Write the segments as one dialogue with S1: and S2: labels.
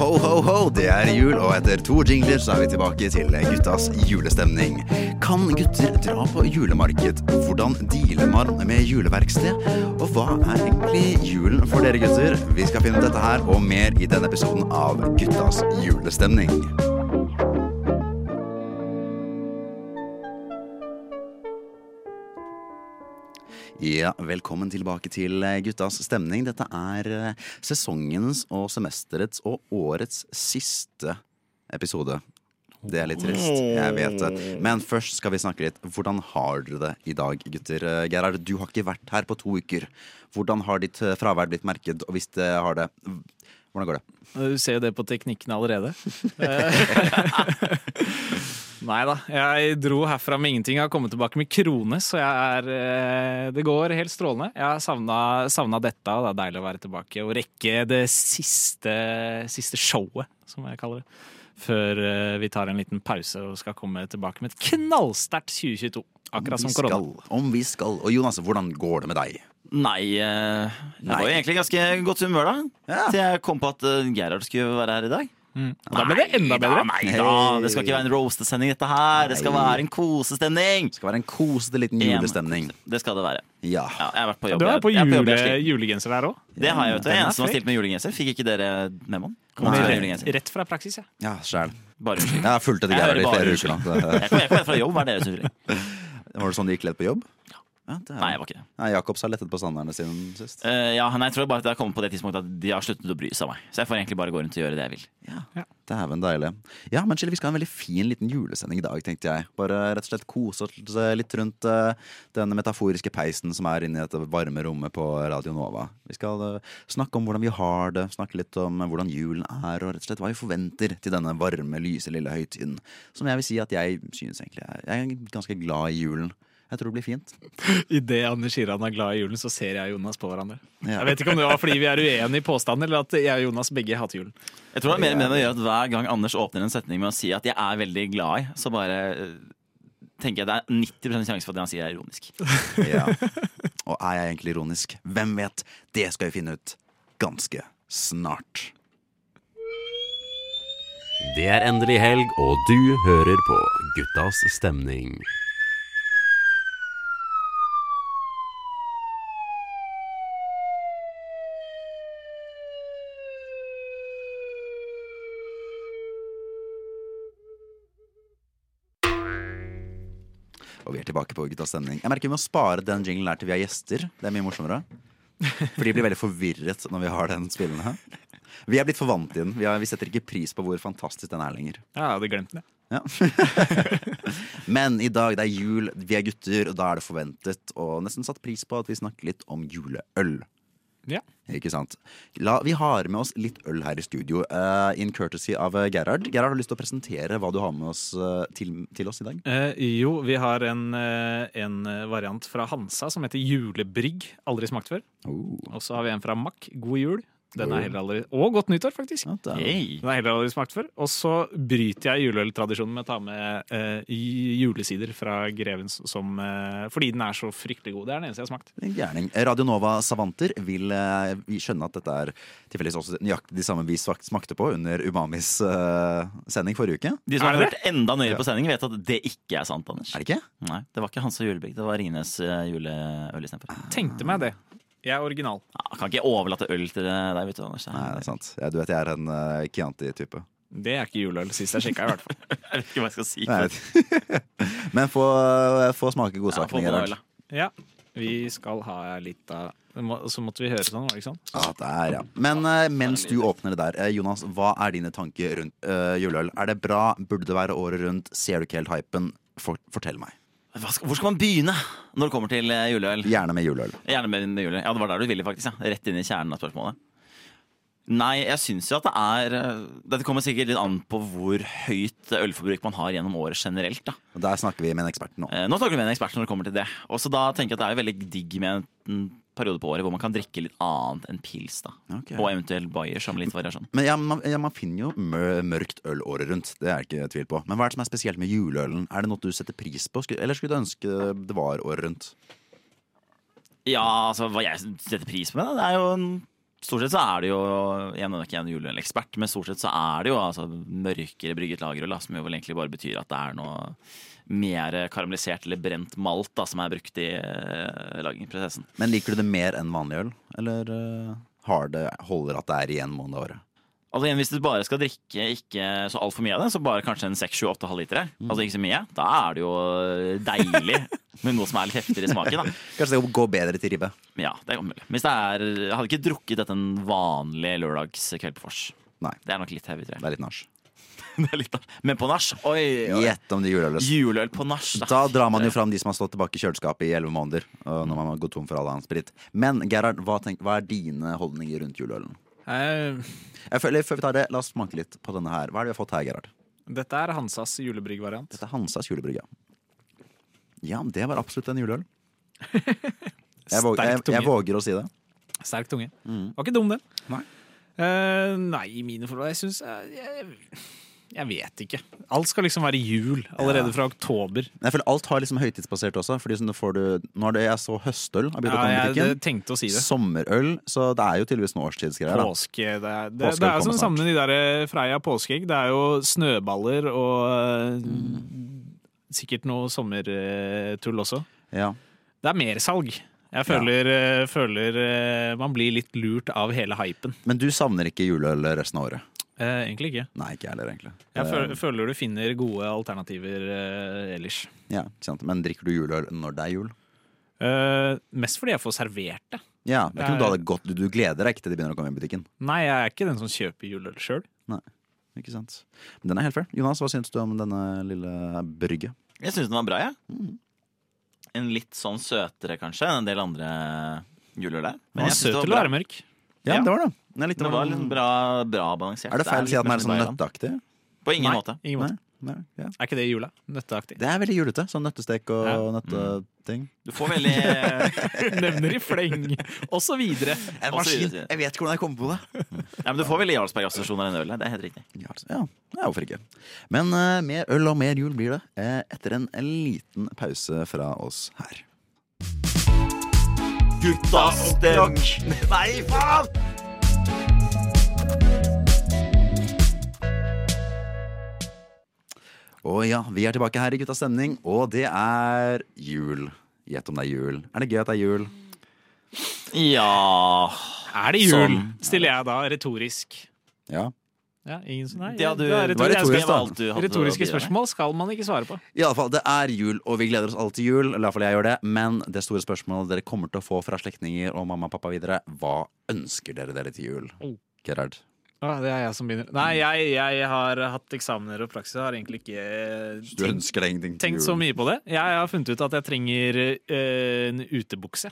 S1: Ho, ho, ho, det er jul, og etter to jingler så er vi tilbake til guttas julestemning. Kan gutter dra på julemarked? Hvordan dealer man med juleverksted? Og hva er egentlig julen for dere gutter? Vi skal finne ut dette her og mer i denne episoden av Guttas julestemning. Ja, velkommen tilbake til eh, Guttas stemning. Dette er eh, sesongens og semesterets og årets siste episode. Det er litt trist, jeg vet det. Men først skal vi snakke litt. Hvordan har dere det i dag, gutter? Eh, Gerhard, du har ikke vært her på to uker. Hvordan har ditt eh, fravær blitt merket? Og hvis det har det, v- hvordan går det?
S2: Eh, Du ser jo det på teknikken allerede. Eh, Nei da. Jeg dro herfra med ingenting. Jeg har kommet tilbake med krone, så jeg er eh, Det går helt strålende. Jeg har savna, savna dette, og det er deilig å være tilbake og rekke det siste, siste showet, som jeg kaller det. Før eh, vi tar en liten pause og skal komme tilbake med et knallsterkt 2022. Akkurat som
S1: Vi
S2: korona.
S1: skal, om vi skal. Og Jonas, hvordan går det med deg?
S3: Nei, eh, jeg var
S1: Nei.
S3: jo egentlig i ganske godt humør da.
S1: Ja.
S3: Til jeg kom på at eh, Gerhard skulle være her i dag.
S2: Mm. Og Da ble det enda bedre.
S3: Nei da, det skal ikke være en roastesending dette her. Det skal være en kosestemning.
S1: Det skal være en kosete liten julestemning.
S3: Det skal det være.
S1: Ja.
S3: Ja, jeg har vært på jobb.
S2: Du er
S3: jeg-
S2: på
S3: jeg er
S2: jule,
S3: jobb, jeg er sliten.
S2: julegenser her òg.
S3: Det har jeg, vet du. Jeg er
S2: Den er
S3: eneste som har
S2: frekk.
S3: stilt med julegenser. Fikk ikke dere memoen? Kommer til å være
S2: Rett,
S3: julegenser.
S2: rett fra praksis, jeg.
S1: ja sjæl.
S3: Bare unnskyld.
S1: Jeg har fulgt etter
S3: Jeg
S1: Gerhard i
S3: hører bare
S1: flere uker
S3: unnskyld.
S1: nå. Det-
S3: Jeg kom, jeg kom fra jobb. Hva er deres unnskyldning?
S1: Var det sånn det gikk lett på jobb? Ja, det er-
S3: Nei, jeg var ikke det.
S1: Nei, Jacobs har lettet på standardene siden sist.
S3: Eh, ja, nei, jeg tror bare at jeg har kommet på det tidspunktet at de har sluttet å bry seg om meg. Så jeg får egentlig bare gå rundt og gjøre det jeg vil.
S1: Dæven deilig. Ja, men Chille, vi skal ha en veldig fin liten julesending i dag, tenkte jeg. Bare rett og slett kose oss litt rundt eh, den metaforiske peisen som er inne i dette varme rommet på Radio Nova. Vi skal eh, snakke om hvordan vi har det, snakke litt om eh, hvordan julen er, og rett og slett hva vi forventer til denne varme, lyse lille høytiden. Som jeg vil si at jeg synes egentlig er Jeg er ganske glad i julen. Jeg tror det blir fint.
S2: Idet Anders sier han er glad i julen, så ser jeg og Jonas på hverandre.
S1: Ja.
S2: Jeg vet ikke om det var fordi vi er uenige i påstanden, eller at jeg og Jonas begge hater julen.
S3: Jeg tror det er mer med det å gjøre at hver gang Anders åpner en setning med å si at jeg er veldig glad i, så bare eh, tenker jeg det er 90 sjanse for at det han sier er ironisk.
S1: Ja. Og er jeg egentlig ironisk? Hvem vet? Det skal vi finne ut ganske snart.
S4: Det er endelig helg, og du hører på Guttas stemning.
S1: Og vi er tilbake på Guttas stemning. Jeg merker vi må spare den jinglen her til vi har gjester. Det er mye morsommere. For de blir veldig forvirret når vi har den spillende. Vi er blitt for vant til den. Vi, har, vi setter ikke pris på hvor fantastisk den er lenger.
S2: Ja, jeg hadde glemt det.
S1: Ja. Men i dag, det er jul, vi er gutter, og da er det forventet. Og nesten satt pris på at vi snakker litt om juleøl.
S2: Ja.
S1: Ikke sant? La, vi har med oss litt øl her i studio, eh, in courtesy av eh, Gerhard. Gerhard, har du lyst til å presentere hva du har med oss eh, til, til oss i dag?
S2: Eh, jo, vi har en, eh, en variant fra Hansa som heter julebrygg. Aldri smakt før.
S3: Oh.
S2: Og så har vi en fra Mack, god jul. Den er heller aldri Og godt nyttår, faktisk.
S1: Ja, det er-
S3: Hey.
S2: Den er heller aldri smakt før. Og så bryter jeg juleøltradisjonen med å ta med eh, j- julesider fra Grevens som eh, Fordi den er så fryktelig god. Det er den eneste jeg har smakt.
S1: En Gærning. Radio Nova Savanter vil eh, vi skjønne at dette er tilfeldigvis også nøyaktig de samme vi svak- smakte på under Umamis eh, sending forrige uke.
S3: De som
S2: Er
S3: har
S2: det
S3: hørt enda nøyere på sendingen, vet at det ikke er sant, Anders.
S1: Er det ikke?
S3: Nei, Det var ikke Hans og Julebygg, det var Ringenes eh, juleøl istedenfor.
S2: Tenkte meg det. Jeg er original.
S3: Ja, Ah, Kan ikke overlate øl til eh, deg, vet du, Anders.
S1: Nei, det er sant. Ja, du vet jeg er en eh, Chianti-type.
S2: Det er ikke juleøl, sist jeg sjekka i hvert fall.
S3: Jeg vet ikke hva jeg skal si.
S1: Nei,
S3: for-
S1: Men få, få smake
S3: Ja, få
S1: godsakene,
S3: på øl,
S1: Gerhard.
S3: da.
S2: Ja, vi skal ha litt av det må- Så måtte vi høre sånn, var det ikke sånn?
S1: Ja, der, ja. Men eh, mens du åpner det der, eh, Jonas, hva er dine tanker rundt eh, juleøl? Er det bra? Burde det være året rundt? Ser du ikke helt hypen? For, fortell meg.
S3: Hva skal, hvor skal man begynne når det kommer til eh, juleøl?
S1: Gjerne med juleøl.
S3: Gjerne med med jule. Ja, det var der du ville, faktisk. Ja. Rett inn i kjernen av spørsmålet. Nei, jeg syns jo at det er eh, Dette kommer sikkert litt an på hvor høyt ølforbruk man har gjennom året generelt. da.
S1: Og Der snakker vi med en ekspert nå.
S3: Eh, Nå snakker vi med en ekspert når det kommer til det. Og så da tenker jeg at det er jo veldig digg med en periode på året hvor man kan drikke litt annet enn pils. da
S1: Ok.
S3: Og eventuelt bayers som litt variasjon.
S1: Men ja, man, ja, man finner jo mør, mørkt øl året rundt. Det er ikke tvil på. Men hva er det som er spesielt med juleølen? Er det noe du setter pris på? Skulle, eller skulle du ønske det var året rundt?
S3: Ja, altså hva jeg setter pris på med det, det er jo en Stort sett så er det jo Jeg er ikke jeg en juleølekspert, men stort sett så er det jo altså, mørkere brygget lagerøl, da, som jo vel egentlig bare betyr at det er noe mer karamellisert eller brent malt da, som er brukt i eh, lagringsprosessen.
S1: Men liker du det mer enn vanlig øl? Eller eh, har det, holder at det er i en måned av året?
S3: Altså igjen, Hvis du bare skal drikke ikke så altfor mye av det, så bare kanskje en 6-7-8 halvliter her. Altså ikke så mye. Da er det jo deilig med noe som er litt heftigere i smaken. da.
S1: Kanskje det går bedre til ribbe?
S3: Men ja, det er mulig. Hvis det er Jeg hadde ikke drukket dette en vanlig lørdagskveld på vors.
S1: Nei.
S3: Det er nok litt heavy, tror jeg.
S1: Det er litt nach.
S3: Det er litt av- Men på nach? Oi, oi.
S1: Gjett om det er juleøl.
S3: Juleøl på nach.
S1: Da drar
S2: Eh.
S1: man jo fram de som har stått tilbake i kjøleskapet i elleve måneder. øh, Når man har gått tom for all annen sprit. Men Gerhard, hva, tenk, hva er dine holdninger rundt juleølen?
S2: Eh,
S1: Jeg føler, før vi tar det, La oss smake litt på denne her. Hva er det vi har fått her, Gerhard?
S2: Dette er Hansas julebryggvariant.
S1: Dette er Hansas julebrygge. Ja, det var absolutt en juleøl. Jeg, våg, jeg,
S2: Sterk
S1: jeg
S2: tunge.
S1: våger å si det.
S2: Sterk tunge. Var ikke dum, den.
S1: Nei.
S2: Eh, nei, i mine forhold Jeg syns jeg, jeg, jeg vet ikke. Alt skal liksom være jul allerede fra oktober.
S1: Men Jeg føler Alt har liksom høytidsbasert også. Fordi sånn, nå får du, nå har det, Jeg så høstøl har begynt å
S2: Ja,
S1: komme i
S2: jeg det-
S1: butikken.
S2: tenkte å si det.
S1: Sommerøl. Så det er jo tydeligvis noen årstidsgreier. da.
S2: Påske Det er, det,
S1: Påske
S2: det er jo
S1: kommer
S2: som
S1: snart.
S2: sammen med de der eh, Freia påskeegg. Det er jo snøballer og eh, sikkert noe sommertull også.
S1: Ja.
S2: Det er mersalg. Jeg føler, eh, føler eh, man blir litt lurt av hele hypen.
S1: Men du savner ikke juleøl resten av året?
S2: Eh, egentlig ikke.
S1: Nei, ikke jeg heller, egentlig.
S2: Jeg
S1: Eh,
S2: føler, føler du finner gode alternativer eh, ellers.
S1: Ja, ikke sant? Men drikker du juleøl når det er jul?
S2: Eh, mest fordi jeg får servert det.
S1: Ja, det er ikke noe da
S2: Nei.
S1: det er godt. Du, du gleder deg ikke til det begynner å komme i butikken.
S2: Nei, jeg er ikke den som kjøper juleøl sjøl.
S1: Nei, ikke sant Men den er helt fair. Jonas, hva syns du om denne lille brygget?
S3: Jeg syns den var bra, jeg. En litt sånn søtere, kanskje, enn en del andre juleøl der.
S2: Den er
S3: jeg synes
S2: søt
S3: det
S2: til å
S3: var
S2: være
S3: bra.
S2: mørk.
S1: Ja,
S3: Ja.
S1: det var det. Jeg likte
S3: Det var
S1: den.
S3: liksom bra, bra balansert.
S1: Er det feil å si
S3: litt
S1: at den er
S3: mer
S1: sånn
S3: som deg,
S1: nøtteaktig?
S3: da. På ingen
S2: Nei,
S3: måte.
S2: ingen måte.
S1: Nei, ja.
S2: Er ikke det jula? Nøtteaktig.
S1: Det er veldig julete. Sånn nøttestek og
S2: Ja.
S1: nøtteting.
S3: Du får veldig
S2: Nevner i fleng, og så videre.
S1: En
S3: Og så videre,
S1: maskin!
S3: videre.
S1: Jeg vet ikke hvordan jeg kom på det.
S3: Ja, men du får veldig Jarlsberg-assosiasjon av den ølen. Det er helt riktig.
S1: Ja, altså, ja, ja hvorfor ikke. Men eh, mer øl og mer jul blir det eh, etter en, en liten pause fra oss her.
S3: Gutta stemmer! Nei, faen!
S1: Og ja, vi er tilbake her i Guttas stemning, og det er jul. Gjett om det er jul. Er det gøy at det er jul?
S3: Ja
S2: Er det jul?
S3: Sånn.
S2: Stiller jeg da retorisk.
S1: Ja.
S2: Ja, ingen som Nei,
S3: Ja, du-
S2: det er
S3: det
S1: var
S2: retorisk.
S1: retorisk,
S2: Jeg skal-
S1: da.
S3: alt du hadde å
S2: Retoriske
S3: bidra med.
S2: spørsmål skal man ikke svare på.
S1: I alle fall, det er jul, og vi gleder oss alle til jul. Eller i alle fall jeg gjør det. Men det store spørsmålet dere kommer til å få fra slektninger og mamma og pappa videre, hva ønsker dere dere til jul?
S2: Oh.
S1: Gerhard.
S2: Å, det er jeg som begynner. Nei, jeg, jeg har hatt eksamener og praksis. Jeg har egentlig ikke
S1: Du
S2: tenkt,
S1: ønsker deg ingenting til
S2: tenkt
S1: jul?
S2: så mye på det. Jeg har funnet ut at jeg trenger eh, en utebukse.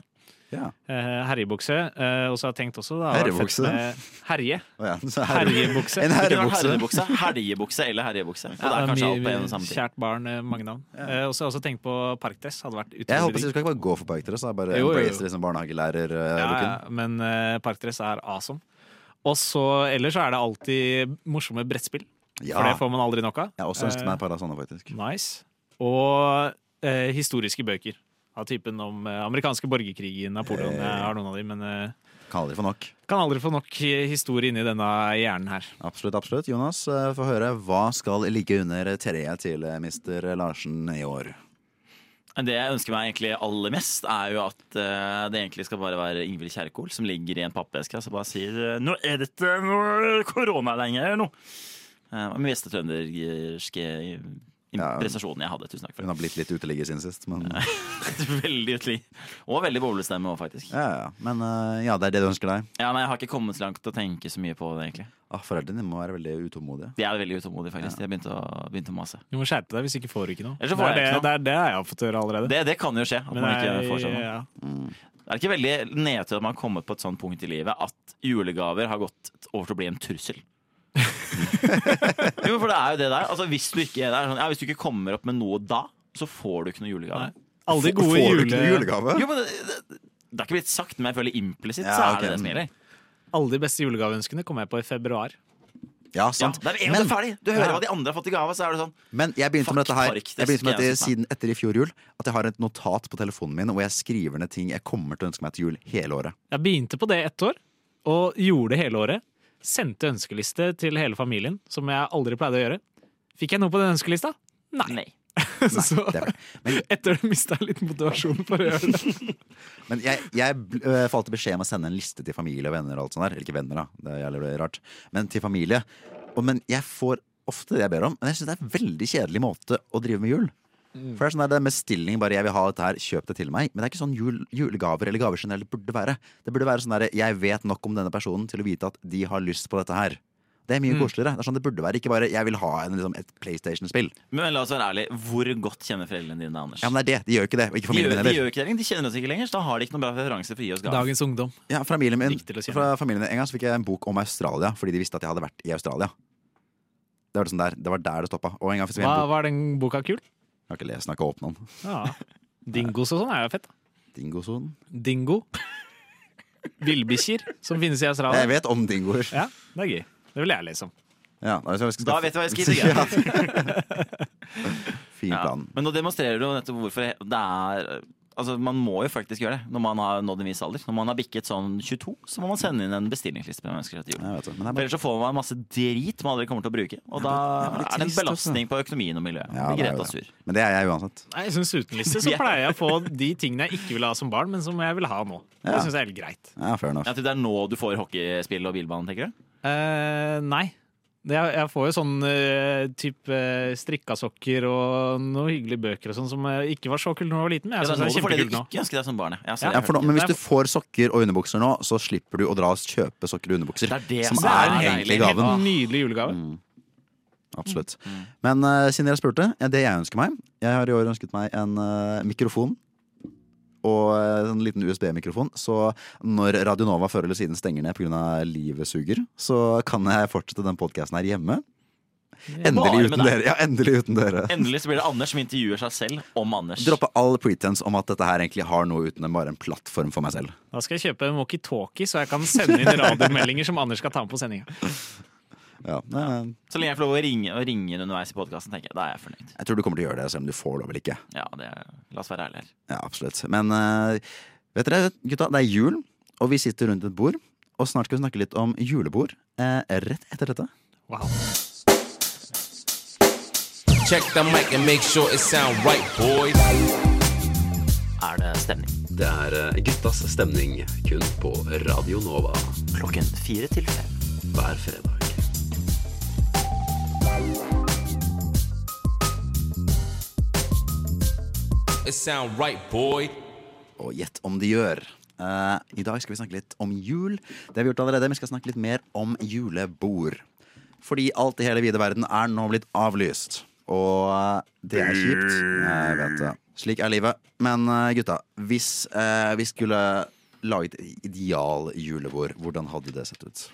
S1: Ja.
S2: Eh, herjebukse. Eh, og så har jeg tenkt også da,
S1: Herrebukse?
S2: fett med Herje.
S1: Å ja, så herre-
S2: Herjebukse.
S1: En
S3: Det kunne vært
S1: herrebukse.
S3: Herrebukse, helgebukse eller herjebukse. Og det
S2: Ja,
S3: er kanskje
S2: mye-
S3: alt på en og samme tid.
S2: Kjært barn, eh, mange navn. Eh, og så har jeg også tenkt på parkdress. Hadde vært
S1: Jeg
S2: utrolig
S1: håper Du
S2: digg.
S1: skal ikke bare gå for parkdress, da. Bare
S2: Jo, jo, jo.
S1: embrace liksom barnehagelærer-looken.
S2: Ja, ja, men eh, parkdress er awesome. Og så ellers så er det alltid morsomme brettspill.
S1: Ja.
S2: For det får man aldri nok av.
S1: Jeg har også ønsket meg et par av sånne, faktisk.
S2: Eh, nice. Og eh, historiske bøker. Av typen om eh, amerikanske borgerkrigen, Napoleon. Jeg har noen av de, men eh,
S1: Kan aldri få nok.
S2: kan aldri få nok eh, historie inni denne hjernen her.
S1: Absolutt, absolutt. Jonas, eh, få høre. Hva skal ligge under treet til eh, mister Larsen i år?
S3: Det jeg ønsker meg egentlig aller mest, er jo at eh, det egentlig skal bare være Ingvild Kjerkol som ligger i en pappeske og så bare sier eh, 'Nå er det ikke noe korona lenger nå'. Uh, min beste trønderske
S1: Ja.
S3: prestasjonen jeg hadde. Tusen takk
S1: Hun
S3: for
S1: har blitt litt uteligger siden sist, men
S3: det. veldig utlig. Og veldig boblestemme òg, faktisk.
S1: ja, ja. Men eh, ja, det er det du ønsker deg.
S3: Ja, nei, Jeg har ikke kommet så langt til å tenke så mye på det, egentlig.
S1: Ah, Foreldrene dine må være veldig utålmodige.
S3: De er veldig utålmodige, faktisk. De har begynt å, begynt å mase.
S2: Du må skjerpe deg, hvis ikke får du ikke noe.
S3: Ellers så får
S2: det,
S3: jeg
S2: er
S3: ikke
S2: det, det er det jeg har fått høre allerede.
S3: Det, det kan jo skje. at
S2: Men
S3: man ikke
S2: jeg-
S3: får sånn. seg noe.
S2: ja.
S3: Det er ikke veldig nedtur at man har kommet på et sånt punkt i livet at julegaver har gått over til å bli en trussel. jo, for det er jo det der. Altså, hvis, du ikke, det er sånn, ja, hvis du ikke kommer opp med noe da, så får du ikke noe julegave.
S2: Aldri gode
S1: Får du ikke
S2: jule...
S1: noe julegave?
S3: Jo, men det, det, Det er ikke blitt sagt, men jeg føler implisitt
S1: Ja,
S3: så er
S1: ok.
S3: det det som gjelder.
S2: Alle de beste julegaveønskene kom jeg på i februar.
S1: Ja,
S3: Ja,
S1: sant.
S3: det er,
S1: men,
S3: men, ferdig. Du hører
S2: Ja.
S3: hva de andre har fått i gave, så er det sånn
S1: men jeg begynte med
S3: Fuck,
S1: dette her
S3: Tariq, det
S1: Jeg begynte med
S3: skal jeg
S1: dette
S3: også ta.
S1: siden etter i fjor jul. At jeg har et notat på telefonen min hvor jeg skriver ned ting jeg kommer til å ønske meg til jul hele året.
S2: Jeg begynte på det ett år, og gjorde det hele året. Sendte ønskeliste til hele familien, som jeg aldri pleide å gjøre. Fikk jeg noe på den ønskelista? Nei.
S3: Nei.
S2: så
S1: Det er- Men,
S2: etter det mista jeg litt motivasjonen for å gjøre det.
S1: men jeg, jeg bl- øh, får alltid beskjed om å sende en liste til familie og venner. og alt sånt der Eller ikke venner, da. Det er jævlig rart. Men til familie. Og, men jeg får ofte det jeg ber om. Men jeg syns det er en veldig kjedelig måte å drive med jul.
S3: Mm.
S1: For det er sånn der, det med stilling, bare jeg vil ha dette her, kjøp det til meg. Men det er ikke sånn jul, julegaver eller gaver generelt burde være. Det burde være sånn der, jeg vet nok om denne personen til å vite at de har lyst på dette her. Det er mye
S3: Mm.
S1: koseligere. Det er sånn det burde være. Ikke bare jeg vil ha en, liksom, et PlayStation-spill.
S3: Men la oss være ærlig, hvor godt kjenner foreldrene dine Anders?
S1: Ja, men det er det. De gjør jo ikke det. Og ikke
S3: de,
S1: familien min
S3: gjør, de
S1: heller.
S3: gjør jo ikke det lenger. De kjenner oss ikke lenger, så da har de ikke noen bra referanse for å gi oss gave.
S2: Dagens ungdom.
S1: Ja, fra familien min,
S2: Dyktig til å kjenne.
S1: fra familien min En gang så fikk jeg en bok om Australia fordi de visste at jeg hadde vært i Australia. Det var, det sånn der, det var der det stoppa. Og en gang fikk jeg
S2: Hva,
S1: en bok
S2: var den boka kul?
S1: Jeg har ikke lest den, jeg har ikke åpna den.
S2: Ja. Dingos og sånn er jo fett. da.
S1: Dingosonen.
S2: Dingo. Villbikkjer, som finnes i Australia.
S1: Jeg vet om dingoer.
S2: Ja, det er gøy. Det vil jeg liksom. lese om.
S1: Ja, da vet jeg
S3: Da vet vi hva jeg skal gi til
S1: Ja. Fin
S3: Ja.
S1: plan.
S3: Men nå demonstrerer du jo nettopp hvorfor det er Altså, Man må jo faktisk gjøre det når man har nådd en viss alder. Når man har bikket sånn 22, så må man sende inn en bestillingsliste. med mennesker til jul.
S1: Jeg vet det. Men det er
S3: For Ellers så får man masse drit man aldri kommer til å bruke, og
S1: det
S3: da
S1: er litt
S3: er det en
S1: trist, altså.
S3: belastning på økonomien og miljøet.
S1: Ja,
S3: Blir
S1: det er jo
S3: Greta
S1: det.
S3: sur.
S1: Men det er jeg uansett.
S2: Nei, jeg synes Uten liste så pleier jeg å få de tingene jeg ikke ville ha som barn, men som jeg vil ha nå. Det
S1: Ja.
S2: synes jeg er helt greit.
S1: Ja, fair enough.
S3: Jeg tror det er nå du får hockeyspill og bilbanen, tenker du?
S2: Eh, nei. Det- Jeg, jeg får jo sånn eh, type eh, strikka sokker og noen hyggelige bøker og sånn som eh, ikke var så kult da jeg var liten, men
S3: Ja,
S2: jeg
S3: det er nå
S2: synes
S3: du
S2: det er
S3: får det du
S2: kjempekult nå.
S3: ikke ønsket deg som barn. ja. Ja, så
S2: Ja,
S1: Ja,
S3: jeg
S1: for nå,
S3: hørte.
S1: men hvis du får sokker og underbukser nå, så slipper du å dra og kjøpe sokker og underbukser.
S3: Det er det
S1: som er
S3: som er
S1: egentlig
S3: deilig.
S1: gaven.
S2: Helt nydelig julegave.
S1: Absolutt.
S3: Mm,
S1: Men eh, siden dere spurte, ja, det jeg ønsker meg Jeg har i år ønsket meg en eh, mikrofon. Og eh, en liten USB-mikrofon. Så når Radionova før eller siden stenger ned pga. livet suger, så kan jeg fortsette den podkasten her hjemme.
S3: Bare
S1: Endelig
S3: med
S1: uten
S3: deg.
S1: dere. Ja, endelig uten dere.
S3: Endelig så blir det Anders som intervjuer seg selv om Anders.
S1: Droppe all pretense om at dette her egentlig har noe uten en- bare en plattform for meg selv.
S2: Da skal jeg kjøpe en walkietalkie, så jeg kan sende inn radiomeldinger som Anders skal ta med på sendinga.
S1: Ja, eh,
S3: Så lenge jeg får lov å ringe, å ringe inn underveis i podkasten, tenker jeg. Da er jeg fornøyd.
S1: jeg tror du kommer til å gjøre det, selv om du får lov eller ikke.
S3: Ja, det er, La oss være ærlige her.
S1: Ja, absolutt. Men eh, vet dere, gutta, det er jul, og vi sitter rundt et bord. Og snart skal vi snakke litt om julebord. eh, rett etter dette.
S2: Wow.
S5: Check the mic and make sure it sound right, boys.
S3: Er det stemning?
S4: Det er eh, guttas stemning kun på Radio Nova
S3: Klokken fire til fem.
S4: hver fredag.
S5: It sound right, boy.
S1: Og gjett om det gjør. Eh, I dag skal vi snakke litt om jul. Det har vi gjort allerede, men vi skal snakke litt mer om julebord. Fordi alt i hele vide verden er nå blitt avlyst. Og eh, det er kjipt. Jeg vet det. Slik er livet. Men eh, gutta, hvis eh, vi skulle laget et ideal julebord, hvordan hadde det sett ut?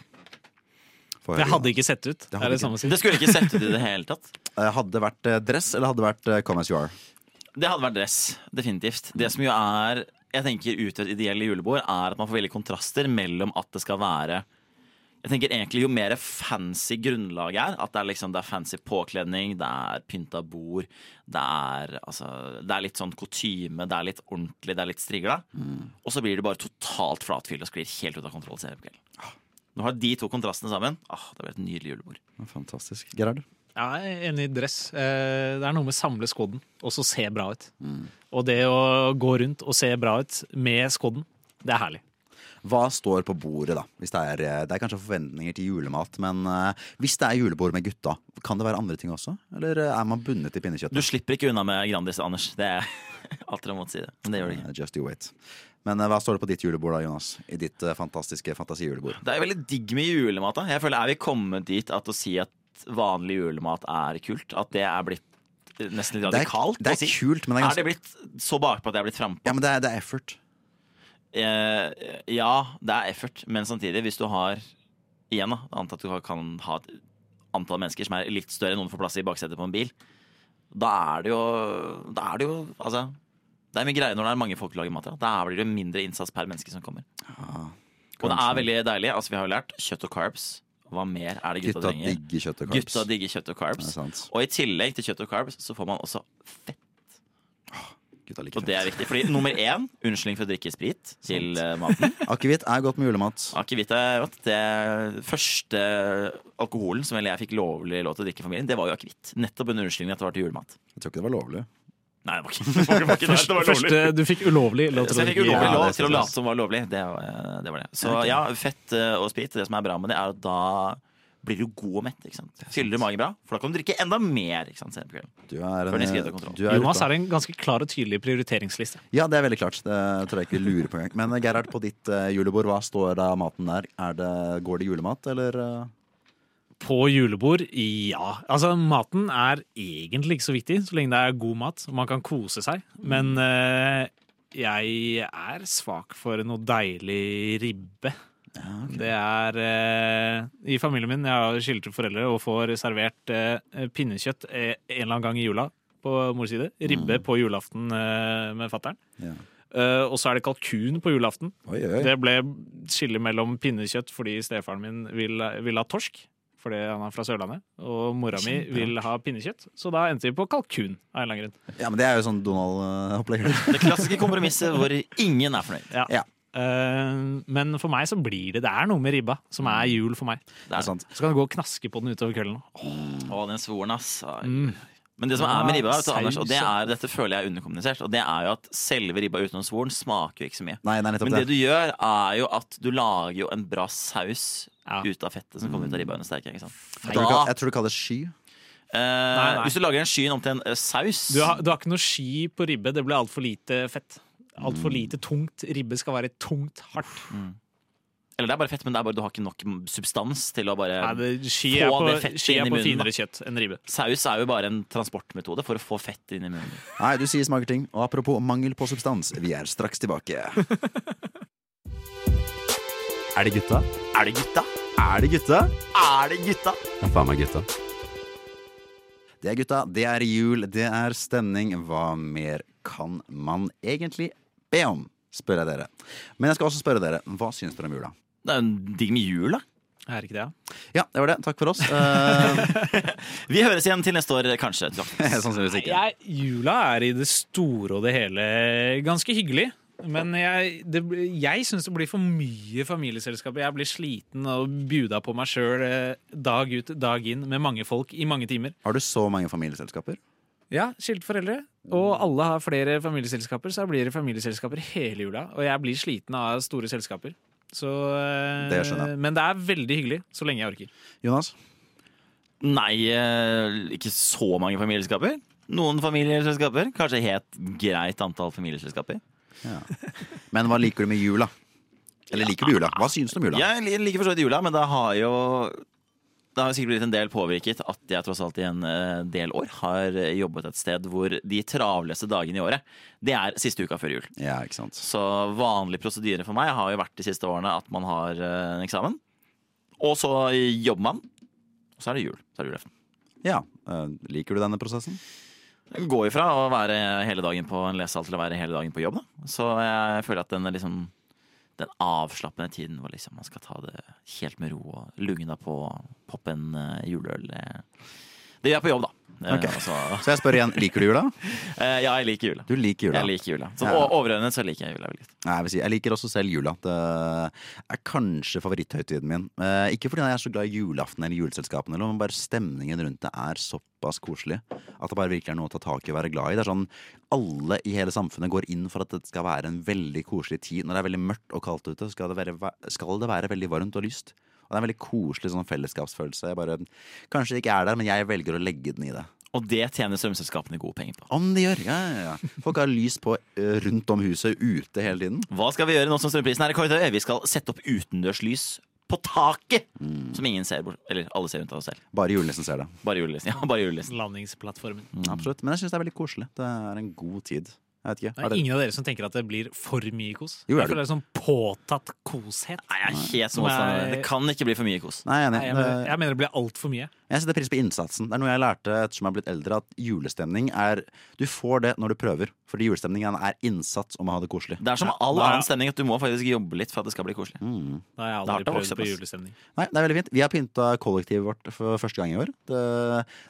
S1: Få
S2: Det
S1: høre,
S2: hadde ikke sett ut. Det
S1: hadde
S2: er det
S1: ikke.
S2: samme å si.
S3: Det skulle ikke sett ut i det hele tatt.
S1: Eh, Hadde det vært eh, dress, eller hadde det vært eh, come as you are?
S3: Det hadde vært dress, definitivt. Det som jo er jeg tenker ut et ideelt julebord, er at man får veldig kontraster mellom at det skal være jeg tenker egentlig Jo mer fancy grunnlaget er, at det er, liksom, det er fancy påkledning, det er pynta bord, det er, altså, det er litt sånn kutyme, det er litt ordentlig, det er litt strigla. Og så blir det bare totalt flatfyll og sklir helt ut av kontroll senere på kvelden. Nå har de to kontrastene sammen. Ah, det blir et nydelig julebord.
S1: Fantastisk. Gerhard?
S2: Ja, jeg er enig i dress. Eh, Det er noe med å samle skodden, og så se bra ut.
S3: Mm.
S2: Og det å gå rundt og se bra ut med skodden, det er herlig.
S1: Hva står på bordet, da? Hvis det, er, eh, det er kanskje forventninger til julemat, men eh, hvis det er julebord med gutta, kan det være andre ting også? Eller eh, er man bundet til pinnekjøttet?
S3: Du slipper ikke unna med Grandis, Anders. Det er alltid å måtte si det. Men det gjør du ikke.
S1: Eh, Just you wait. Men eh, hva står det på ditt julebord da, Jonas? I ditt eh, fantastiske fantasijulebord?
S3: Det er veldig digg med julemat. da Jeg føler Er vi kommet dit at å si at vanlig julemat er kult? At det er blitt nesten litt
S1: Det er,
S3: radikalt?
S1: det
S3: å
S1: er
S3: si?
S1: kult, men det er
S3: Er det
S1: ganske
S3: blitt så bakpå at det er blitt frampå?
S1: Ja, men det er, det er effort.
S3: Eh, ja, det er effort, men samtidig, hvis du har Igjen, da. Antatt du har- kan ha et antall mennesker som er litt større enn noen får plass i baksetet på en bil. Da er det jo Da er det jo Altså Det er mye greier når det er mange folk som lager mat. ja. Da blir det mindre innsats per menneske som kommer. og det er veldig deilig. Altså, vi har jo lært kjøtt og carbs. Hva mer er det gutta,
S1: Gutta
S3: trenger?
S1: digger kjøtt og
S3: Gutta
S1: carbs.
S3: digger kjøtt og
S1: Det er
S3: carbs.
S1: sant.
S3: Og i tillegg til kjøtt og carbs så får man også fett.
S1: Gutta liker
S3: Og det er
S1: fett.
S3: viktig. Fordi nummer én unnskyldning for å drikke sprit til eh, maten.
S1: Akevitt er godt med julemat.
S3: Akevitt er godt. Det første alkoholen som vel jeg fikk lovlig lov til å drikke i familien, det var jo akevitt. Nettopp en unnskyldning at det var til julemat.
S1: Jeg tror ikke det var lovlig.
S3: Nei, det var ikke, det var ikke, det var ikke det var lovlig.
S2: Første du fikk ulovlig lov
S3: Så
S2: til å
S3: jeg fikk
S2: drikke.
S3: ulovlig
S1: Ja,
S3: lov
S1: det
S3: til å
S1: synes jeg.
S3: late som var lovlig. Det, var- eh, det var det. Så ja, fett eh, og sprit. Det som er bra med det, er at da blir du god og mett. ikke sant? Fyller du magen bra, for da kan du drikke enda mer ikke sant, senere på kvelden.
S1: Du er
S3: Før de
S1: en,
S3: skriver ut av
S1: eh,
S3: kontroll.
S1: du er
S2: Jonas
S1: ute.
S2: har en ganske klar og tydelig prioriteringsliste.
S1: Ja, det er veldig klart. Det tror jeg ikke vi lurer på engang. Men eh, Gerhard, på ditt eh, julebord, hva står det av maten der? Er det, går det julemat, eller? eh?
S2: På julebord, ja. Altså, maten er egentlig ikke så viktig, så lenge det er god mat og man kan kose seg. Men eh, jeg er svak for noe deilig ribbe. Det er eh, I familien min, jeg har skilte foreldre og får servert eh, pinnekjøtt eh, en eller annen gang i jula på mors side. Ribbe på julaften eh, med fatter'n.
S1: Ja.
S2: Eh, og så er det kalkun på julaften.
S1: Oi, oi, oi.
S2: Det ble skille mellom pinnekjøtt fordi stefaren min vil, vil ha torsk, fordi han er fra Sørlandet, og mora mi vil ha pinnekjøtt, så da endte vi på kalkun. av en eller annen grunn.
S1: Ja, men det er jo sånn Donald-opplegg.
S3: Det klassiske kompromisset hvor ingen er fornøyd.
S2: Ja.
S1: Ja.
S2: Eh, men for meg så blir det Det er noe med ribba som
S3: Mm.
S2: er jul for meg.
S3: Det er
S1: sant.
S2: Så kan du gå og knaske på den utover kvelden.
S3: Å, den svoren, ass.
S2: Mm.
S3: Men det som er med ribba, vet du, Anders, og det er, dette føler jeg er underkommunisert, og det er jo at selve ribba utenom svoren smaker jo ikke så mye.
S1: Nei, nei, nettopp
S3: Men det
S1: det.
S3: du gjør, er jo at du lager jo en bra saus
S2: Ja. Mm.
S3: ut av fettet som kommer ut av ribba under steika. ikke sant?
S1: Jeg tror, du, kall-
S3: Da,
S1: jeg tror du kaller det sky.
S3: eh,
S2: nei.
S3: hvis du lager en skyen om til en eh, saus
S2: Du har, du har ikke noe ski på ribbe, det blir altfor lite fett. Altfor lite tungt. Ribbe skal være tungt, hardt.
S3: Eller det er bare fett, men det er bare, du har ikke nok substans til å bare
S2: Nei, det, ski
S3: få
S2: er på,
S3: det fettet
S2: ski
S3: inn
S2: er
S3: i
S2: på
S3: munnen, da.
S2: finere kjøtt enn ribbe.
S3: Saus er jo bare en transportmetode for å få fett inn i munnen.
S1: Nei, du sier smaker ting. Og apropos mangel på substans, vi er straks tilbake.
S4: Er det gutta?
S3: Er det gutta?
S4: Er det gutta?
S3: Er det gutta?
S4: Ja, faen meg gutta.
S1: Det er gutta, det er jul, det er stemning. Hva mer kan man egentlig be om? Spør jeg dere. Men jeg skal også spørre dere, hva syns dere om jula?
S3: Det er jo digg med jul, da.
S2: Er ikke det, ja?
S1: Ja, det var det. Takk for oss. Eh,
S3: Vi høres igjen til neste år, kanskje.
S1: Sannsynligvis ikke.
S2: Jeg, jula er i det store og det hele ganske hyggelig. Men jeg, det, blir- jeg syns det blir for mye familieselskaper. Jeg blir sliten og bjuda på meg sjøl dag ut dag inn med mange folk i mange timer.
S1: Har du så mange familieselskaper?
S2: Ja, skilte foreldre. Og alle har flere familieselskaper, så da blir det familieselskaper hele jula. Og jeg blir sliten av store selskaper. Så, eh,
S1: Det skjønner jeg.
S2: Men det er veldig hyggelig så lenge jeg orker.
S1: Jonas?
S3: Nei, eh, ikke så mange familieselskaper. Noen familieselskaper. Kanskje helt greit antall familieselskaper.
S1: Men hva liker du med jula? Eller liker du jula? Hva syns du om jula?
S3: Jeg li- liker for så vidt jula, men det har jo det har jo sikkert blitt en del påvirket at jeg tross alt i en eh, del år har eh, jobbet et sted hvor de travleste dagene i året, det er siste uka før jul.
S1: Ja, ikke sant.
S3: Så vanlig prosedyre for meg har jo vært de siste årene at man har eh, en eksamen, og så jobber man, og så er det jul. Så er det julaften.
S1: Ja, eh, Liker du denne prosessen?
S3: gå ifra å være hele dagen på en lesesal til å være hele dagen på jobb. Da. Så jeg føler at den, er liksom, den avslappende tiden hvor liksom man skal ta det helt med ro og lugna på poppe en eh, juleøl eh, Det gjør jeg på jobb, da. Eh,
S1: Ok.
S3: altså,
S1: Så jeg spør igjen, liker du jula?
S3: eh, ja, jeg liker jula.
S1: Du liker jula.
S3: Jeg liker jula. Så
S1: Ja.
S3: o- overordnet så liker jeg jula veldig godt.
S1: Nei, jeg, vil si, jeg liker også selv jula. Det er kanskje favoritthøytiden min. Eh, ikke fordi jeg er så glad i julaften eller juleselskapene, eller noe, men bare stemningen rundt det er såpass koselig at det bare virkelig er noe å ta tak i og være glad i. Det er sånn Alle i hele samfunnet går inn for at det skal være en veldig koselig tid. Når det er veldig mørkt og kaldt ute, skal det være, skal det være veldig varmt og lyst. Og det er en veldig koselig sånn fellesskapsfølelse. Jeg bare, kanskje det ikke er der, men jeg velger å legge den i det.
S3: Og det tjener strømselskapene gode penger på.
S1: Om de gjør! Ja, ja, ja. Folk har lys på eh, rundt om huset, ute hele tiden.
S3: Hva skal vi gjøre nå som strømprisen er rekordhøy? Vi skal sette opp utendørslys på taket!
S1: Mm.
S3: Som ingen ser, bort- eller alle ser rundt av oss selv.
S1: Bare julenissen ser det.
S3: Bare julenissen. Ja, bare julenissen.
S1: Mm.
S2: Landingsplattformen.
S1: Absolutt. Men jeg syns det er veldig koselig. Det er en god tid. Jeg vet ikke.
S2: Det
S1: Er
S2: er
S1: det,
S2: ingen av dere som tenker at det blir for mye kos?
S1: Jo, er
S2: jeg
S1: du-
S2: føler det er sånn påtatt koshet.
S3: Nei, jeg er helt som
S2: Nei.
S3: motstander. Det kan ikke bli for mye kos.
S1: nei, jeg er
S2: Nei,
S1: enig.
S2: jeg,
S3: eh,
S2: mener, jeg mener det blir altfor mye.
S1: Jeg setter pris på innsatsen. Det er noe jeg lærte ettersom jeg er blitt eldre, at julestemning er Du får det når du prøver, fordi julestemningen er innsats om å ha det koselig.
S3: Det er som all
S2: da-
S3: annen stemning at du må faktisk jobbe litt for at det skal bli koselig.
S2: Da har jeg
S3: Det
S2: aldri
S3: er hardt å
S2: prøvd
S3: vokse
S2: på
S3: opp,
S2: julestemning.
S1: Nei, det er veldig fint. Vi har pynta kollektivet vårt for første gang i år. Det,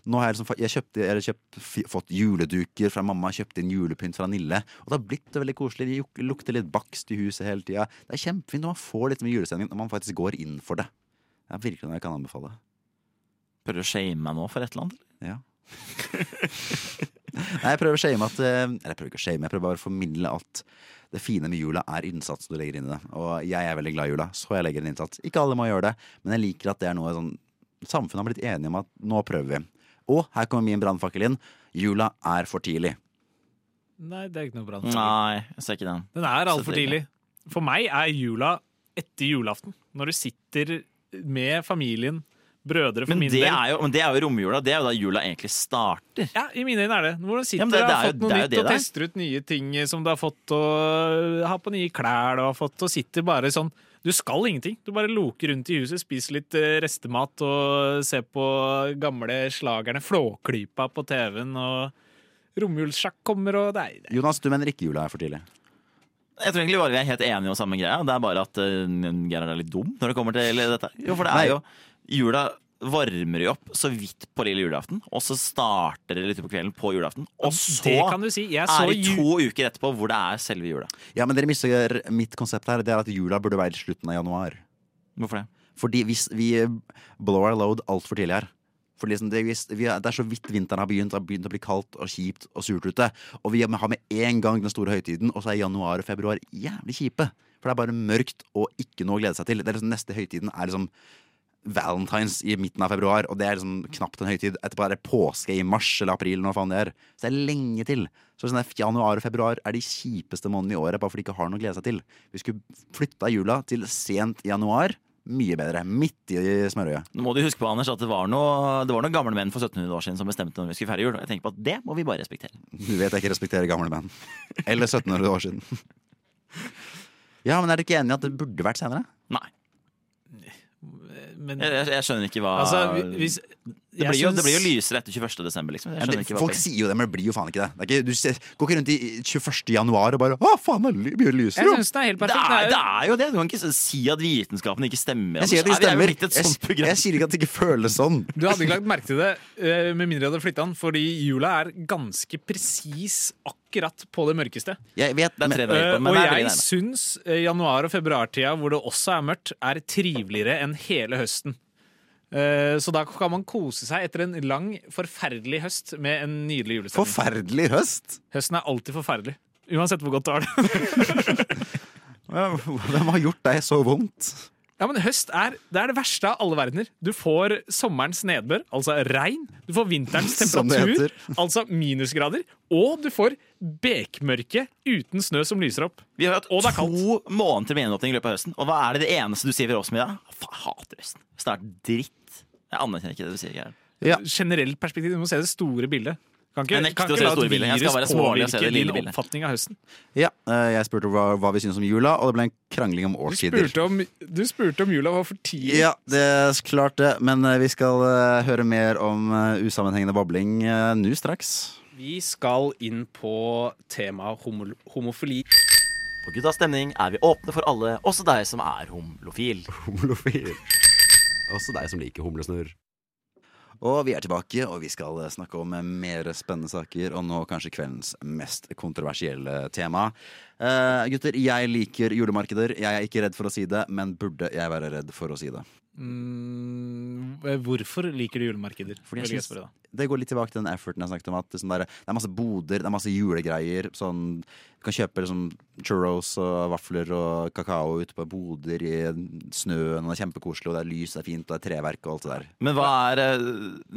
S1: nå har jeg, liksom, fa- jeg, kjøpte, eller kjøpt, fi- fått juleduker fra mamma, kjøpt inn julepynt fra Nille. Og det har blitt veldig koselig. Det juk- lukter litt bakst i huset hele tida. Det er kjempefint når man får litt med julestemningen, når man faktisk går inn for det. Det er virkelig noe jeg kan anbefale.
S3: Prøver du å shame meg nå for et eller annet?
S1: Ja. Nei, jeg prøver å shame at eh, Eller jeg prøver ikke å shame, jeg prøver bare å formidle at det fine med jula er innsatsen du legger inn i det. Og jeg er veldig glad i jula, så jeg legger inn innsats. Ikke alle må gjøre det, men jeg liker at det er noe sånn Samfunnet har blitt enige om at nå prøver vi. Og her kommer min brannfakkel inn. Jula er for tidlig.
S2: Nei, det er ikke noe bra.
S3: Nei, jeg ser ikke den.
S2: Den Mm. er altfor
S3: Så det-
S2: tidlig. For meg er jula etter julaften. Når du sitter med familien, brødre for
S3: Men
S2: min
S3: det,
S2: del.
S3: er jo, men det er jo romjula. Det er jo da jula egentlig starter.
S2: Ja, I mine øyne er det. Hvordan sitter
S3: Ja, men
S2: du
S3: det-
S2: og
S3: det
S2: har
S3: er jo-
S2: fått
S3: det
S2: noe
S3: er jo
S2: nytt
S3: det
S2: og
S3: det er.
S2: tester ut nye ting som du har fått og øh, har på nye klær du har fått, og sitter bare sånn Du skal ingenting. Du bare loker rundt i huset, spiser litt eh, restemat og ser på gamle slagerne Flåklypa på TV-en, og romjulssjakk kommer, og det er det er-
S1: Jonas, du mener ikke jula er for tidlig?
S3: Jeg tror egentlig bare vi er helt enige om samme greia. Det er bare at uh, Gerhard er litt dum når det kommer til dette. Jo, for det
S1: Nei.
S3: er jo Jula varmer jo opp så vidt på lille julaften, og så starter det litt på kvelden på julaften. Og så
S2: Det kan du si. Jeg så
S3: er det
S2: ju-
S3: to uker etterpå hvor det er selve jula.
S1: Ja, men dere mister mitt konsept her. Det er at jula burde være i slutten av januar.
S3: Hvorfor det?
S1: Fordi hvis vi eh, blow our load altfor tidlig her. For liksom det, hvis vi er, det er så vidt vinteren har begynt. Det har begynt å bli kaldt og kjipt og surt ute. Og vi har med en gang den store høytiden, og så er januar og februar jævlig kjipe. For det er bare mørkt og ikke noe å glede seg til. Det er liksom, neste høytiden er liksom Valentines i midten av februar, og det er liksom knapt en høytid. Etterpå er det påske i mars eller april, eller hva faen det er. Så det er lenge til. Så sånn der, januar og februar er de kjipeste månedene i året, bare fordi de ikke har noe å glede seg til. Vi skulle flytta jula til sent i januar. Mye bedre. Midt i smørøyet.
S3: Nå må du huske på, Anders, at det var, noe, det var noen gamle menn for 1700 år siden som bestemte når vi skulle feire jul. Og jeg tenker på at det må vi bare respektere.
S1: Du vet jeg ikke respekterer gamle menn. Eller 1700 år siden. Ja, men er dere ikke enige i at det burde vært senere?
S3: Nei.
S2: Men
S3: Jeg, jeg, jeg skjønner ikke hva
S2: altså, hvis
S3: det, blir jo, det blir jo lysere etter 21. desember, liksom. Jeg
S1: Ja,
S3: skjønner
S1: det,
S3: ikke hva
S1: folk
S3: poenget-
S1: sier jo det, men det blir jo faen ikke det. det er ikke, du ser, går ikke rundt i 21. januar og bare 'Å, faen, det er mye lysere'.
S2: Jeg
S1: jo».
S2: syns den er helt
S3: Det
S2: perfekt.
S3: er,
S2: Det
S3: det
S2: er jo-
S3: er jo det! Du kan ikke si at vitenskapen ikke stemmer.
S1: Jeg sier at det
S3: Anders.
S1: ikke
S3: Er vi- er vi
S1: stemmer.
S3: blitt et
S1: Jeg,
S3: sånt program?
S1: jeg sier ikke at det ikke føles sånn.
S2: Du hadde ikke lagt merke til det eh, med mindre jeg hadde flytta den, fordi jula er ganske presis akkurat på det mørkeste.
S1: Jeg vet,
S3: Det er
S1: men,
S3: tre
S2: Eh,
S3: dager på, men
S2: og
S3: det er veldig
S2: jeg
S3: nærme.
S2: syns eh, januar- og februartida, hvor det også er mørkt, er triveligere enn hele høsten. Eh, Så da kan man kose seg etter en lang, forferdelig høst med en nydelig julestemning.
S1: forferdelig høst.
S2: Høsten er alltid forferdelig. Uansett hvor godt du har det.
S1: Hvem har gjort deg så vondt?
S2: Ja, men høst er det, er det verste av alle verdener. Du får sommerens nedbør, altså regn. Du får vinterens
S1: Som det
S2: temperatur,
S1: heter.
S2: altså minusgrader. Og du får bekmørke uten snø som lyser opp.
S3: Vi har hatt
S2: Og det er kaldt.
S3: to måneder med gjenåpning i løpet av høsten, og hva er det det eneste du sier ved årsmiddag? Faen, jeg hater høsten. Snart dritt. Jeg anerkjenner ikke det du sier, Gerhard.
S1: Ja.
S2: generelt perspektiv. Du må se det store bildet. Kan ikke,
S3: Jeg nekter
S2: kan
S3: å
S2: ikke
S3: se
S2: la
S3: det store
S2: et
S3: bildet. Jeg skal
S2: virus
S3: være smålig og se det
S2: påvirke
S3: lille
S2: din
S3: bildet.
S2: oppfatning av høsten.
S1: Ja, eh, Jeg spurte hva, hva vi syntes om jula, og det ble en krangling om
S2: Du
S1: årstider.
S2: spurte om, du spurte om jula var for tidlig.
S1: Ja, det er klart det, men eh, vi skal eh, høre mer om eh, usammenhengende babling eh, nå straks.
S6: Vi skal inn på temaet homo homofili.
S3: På Guttas stemning er vi åpne for alle, også deg som er homofil.
S4: Homolofil. Også deg som liker humlesnurr.
S1: Og vi er tilbake, og vi skal eh, snakke om eh, mer spennende saker, og nå kanskje kveldens mest kontroversielle tema. Eh, gutter, jeg liker julemarkeder. Jeg er ikke redd for å si det, men burde jeg være redd for å si det?
S2: Mm, hvorfor liker du julemarkeder?
S1: Fordi
S2: Velger
S1: jeg
S2: jeg spørre da.
S1: synes, det går litt tilbake til den efforten jeg snakket om. At det, sånn der, det er masse boder, det er masse julegreier. Sånn, du kan kjøpe liksom, churros og vafler og kakao ute på boder i snøen. Og det er kjempekoselig, og det er lys, det er fint, og det er treverk og alt det der.
S3: Men hva er, eh,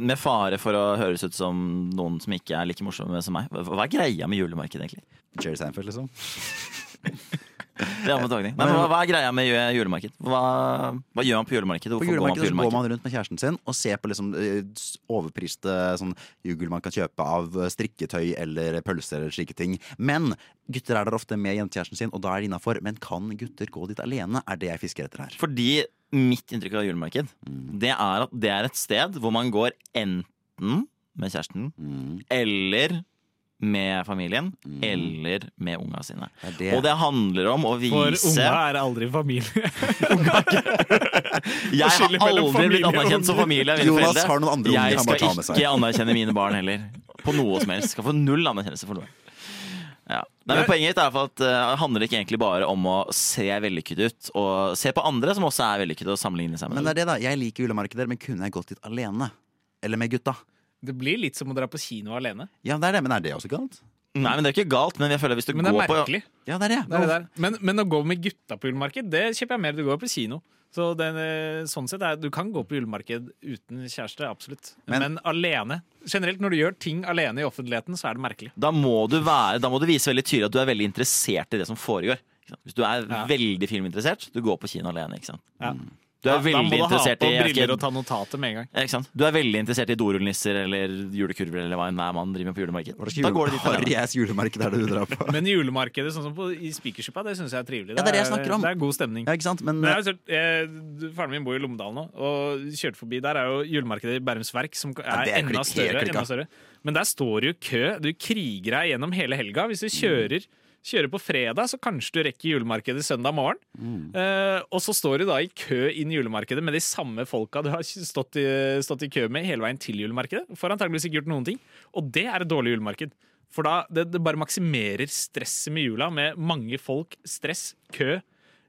S3: med fare for å høres ut som noen som ikke er like morsomme som meg, hva hva er greia med julemarkedet, egentlig?
S1: Jerry Seinfeld, liksom.
S3: Det er anbefalingen. Nei, men hva, hva er greia med ju- julemarked? Hva, hva gjør man på julemarked?
S1: På
S3: Hvorfor går man på
S1: julemarkedet så går
S3: julemarked?
S1: man rundt med kjæresten sin og ser på liksom eh, s- overpriste sånn jugel man kan kjøpe av eh, strikketøy eller pølser eller slike ting. Men gutter er der ofte med jentekjæresten sin, og da er det innafor. Men kan gutter gå dit alene, er det jeg fisker etter her.
S3: Fordi mitt inntrykk av julemarked,
S1: Mm.
S3: det er at det er et sted hvor man går enten med kjæresten
S1: Mm.
S3: eller med familien eller med unga sine.
S1: Det er det.
S3: Og det handler om å vise
S2: For unga er aldri familie.
S3: Jeg har
S2: Skillet mellom
S3: aldri blitt
S2: familie og
S3: anerkjent som
S2: unger.
S3: familie av mine
S1: Jonas
S3: foreldre.
S1: har noen andre unger
S3: jeg
S1: han må
S3: skal
S1: ta med seg.
S3: ikke anerkjenne mine barn heller. På noe som helst. Skal få null anerkjennelse for noe. Ja. Nei, men poenget er i hvert fall at eh, handler ikke egentlig bare om å se vellykket ut, og se på andre som også er vellykkede, og sammenligne seg med
S1: Men
S3: dem.
S1: det er det, da. Jeg liker julemarkeder, men kunne jeg gått dit alene? Eller med gutta?
S2: Det blir litt som å dra på kino alene.
S1: Ja, det er det, men er det også galt?
S3: Nei, men det er ikke galt, men jeg føler at hvis du
S2: Men det er
S3: går på
S2: merkelig.
S1: Ja, det er det.
S2: Det er det der. Men, men å gå med gutta på julemarked, det kjøper jeg mer. Du går på kino. Så den, eh, sånn sett er, Du kan gå på julemarked uten kjæreste, absolutt. Men,
S1: Men-
S2: alene. Generelt, når du gjør ting alene i offentligheten, så er det merkelig.
S3: da må, du være, da må du vise veldig tydelig at du er veldig interessert i det som foregår. Ikke sant? Hvis du er
S2: Ja.
S3: veldig filminteressert, du går på kino alene. Ikke sant?
S2: Ja.
S3: Du er
S2: Da- da må
S3: veldig
S2: du ha
S3: interessert
S2: på
S3: i jeg vet
S2: briller
S3: ikke-
S2: og ta notater med en gang.
S3: Ja, Ikke sant? Du er veldig interessert i dorullnisser eller julekurver eller hva enhver mann driver med på julemarked. Da går du dit
S1: Harry
S3: alene.
S1: ass julemarked er det du drar på.
S2: Men julemarkedet, sånn som på, i Spikersuppa, det syns jeg er trivelig.
S1: Ja, det er det jeg snakker om.
S2: det er god stemning.
S1: Ja, ikke sant? Men
S2: Men jeg, har jo sett- eh, faren min bor i Lommedal nå, og kjørte forbi. Der er jo julemarkedet i Bærums Verk, som er,
S1: det er
S2: enda,
S1: klikk- helt
S2: større,
S1: klikka.
S2: enda større. Men der står det jo kø. Du kriger deg gjennom hele helga. Hvis du kjører, kjører på fredag, så kanskje du rekker julemarkedet søndag morgen.
S1: Mm.
S2: Eh, og så står du da i kø inn i julemarkedet med de samme folka du har stått i, stått i kø med hele veien til julemarkedet. Får antageligvis ikke gjort noen ting. Og det er et dårlig julemarked. For da, det, det bare maksimerer stresset med jula, med mange folk, stress, kø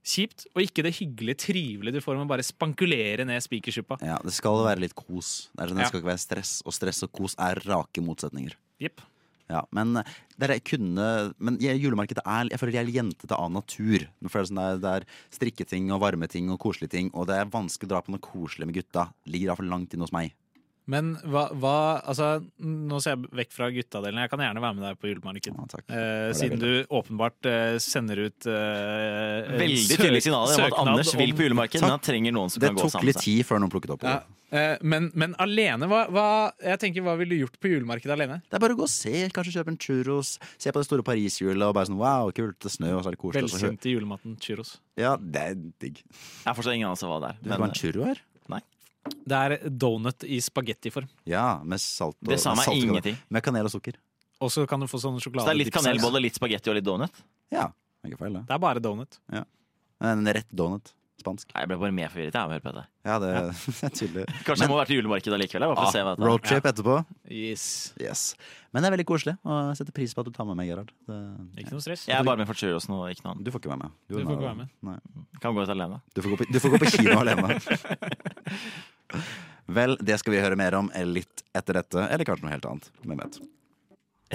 S2: kjipt, og ikke det hyggelige, trivelige du får med å bare spankulere ned spikersuppa.
S1: eh, ja, det skal være litt kos. Det, er sånn, det
S2: Ja.
S1: skal ikke være stress, og stress og kos er rake motsetninger.
S2: Jepp.
S1: Ja, men dere kunne Men jeg- julemarkedet er Jeg føler de er jentete av natur. Jeg føler det, sånn det, er, det er strikketing og varme ting og koselige ting, og det er vanskelig å dra på noe koselig med gutta. Ligger iallfall langt inne hos meg.
S2: Men hva, hva Altså, nå ser jeg vekk fra guttadelen. Jeg kan gjerne være med deg på julemarked.
S1: Ja, takk.
S2: Eh,
S1: Det var det jeg
S2: siden du åpenbart eh, sender ut eh,
S3: Veldig
S2: søk-
S3: tydelige signaler om at
S2: søknad
S3: Anders vil
S2: om-
S3: på julemarked, men han trenger noen som
S1: Det
S3: kan gå
S1: tok
S3: sammen
S1: litt
S3: med seg.
S1: tid før noen plukket opp.
S2: Ja.
S1: det.
S2: Eh, men, men alene, hva, hva Jeg tenker, hva ville du gjort på julemarkedet alene?
S1: Det er bare å gå og se. Kanskje kjøpe en churros. Se på det store pariserhjulet og bare sånn wow, kult, det er snø, og så er det koselig. og så hø-
S2: Velkjente julematen churros.
S1: Ja, det er digg.
S3: Jeg forstår ingen anelse hva det er.
S1: Det var
S3: Men
S1: en churro her?
S2: Det er donut i spagettiform.
S1: Ja, med salt og
S3: Det sa
S1: med
S3: meg
S1: salt og-
S3: ingenting.
S1: Med kanel og sukker.
S2: Og så kan du få sånn sånne
S3: så det er litt
S2: sjokoladedips.
S3: kanelbolle, litt spagetti og litt donut?
S1: Ja, det er ikke feil, det.
S2: Det er bare donut.
S1: En rett donut. Spansk.
S3: Nei, Jeg ble bare mer forvirret jeg, av å høre på dette.
S1: Ja, det er tydelig.
S3: Kanskje jeg må være til julemarked allikevel? jeg, Bare
S1: Ah,
S3: for å se hva det er.
S1: Roadtrip etterpå.
S2: Yes.
S1: Yes. Men det er veldig koselig, og jeg setter pris på at du tar med meg, Gerhard. Det,
S2: Ikke noe stress.
S3: Jeg er bare med for churrosen og ikke noe annet.
S1: du får ikke være med.
S2: Du
S1: er
S2: får ikke være med.
S1: Nei.
S3: Kan gå ut alene.
S1: Du, får gå på, du får gå på kino alene. Vel, det skal vi høre mer om litt etter dette, eller kanskje noe helt annet. Hvem vet.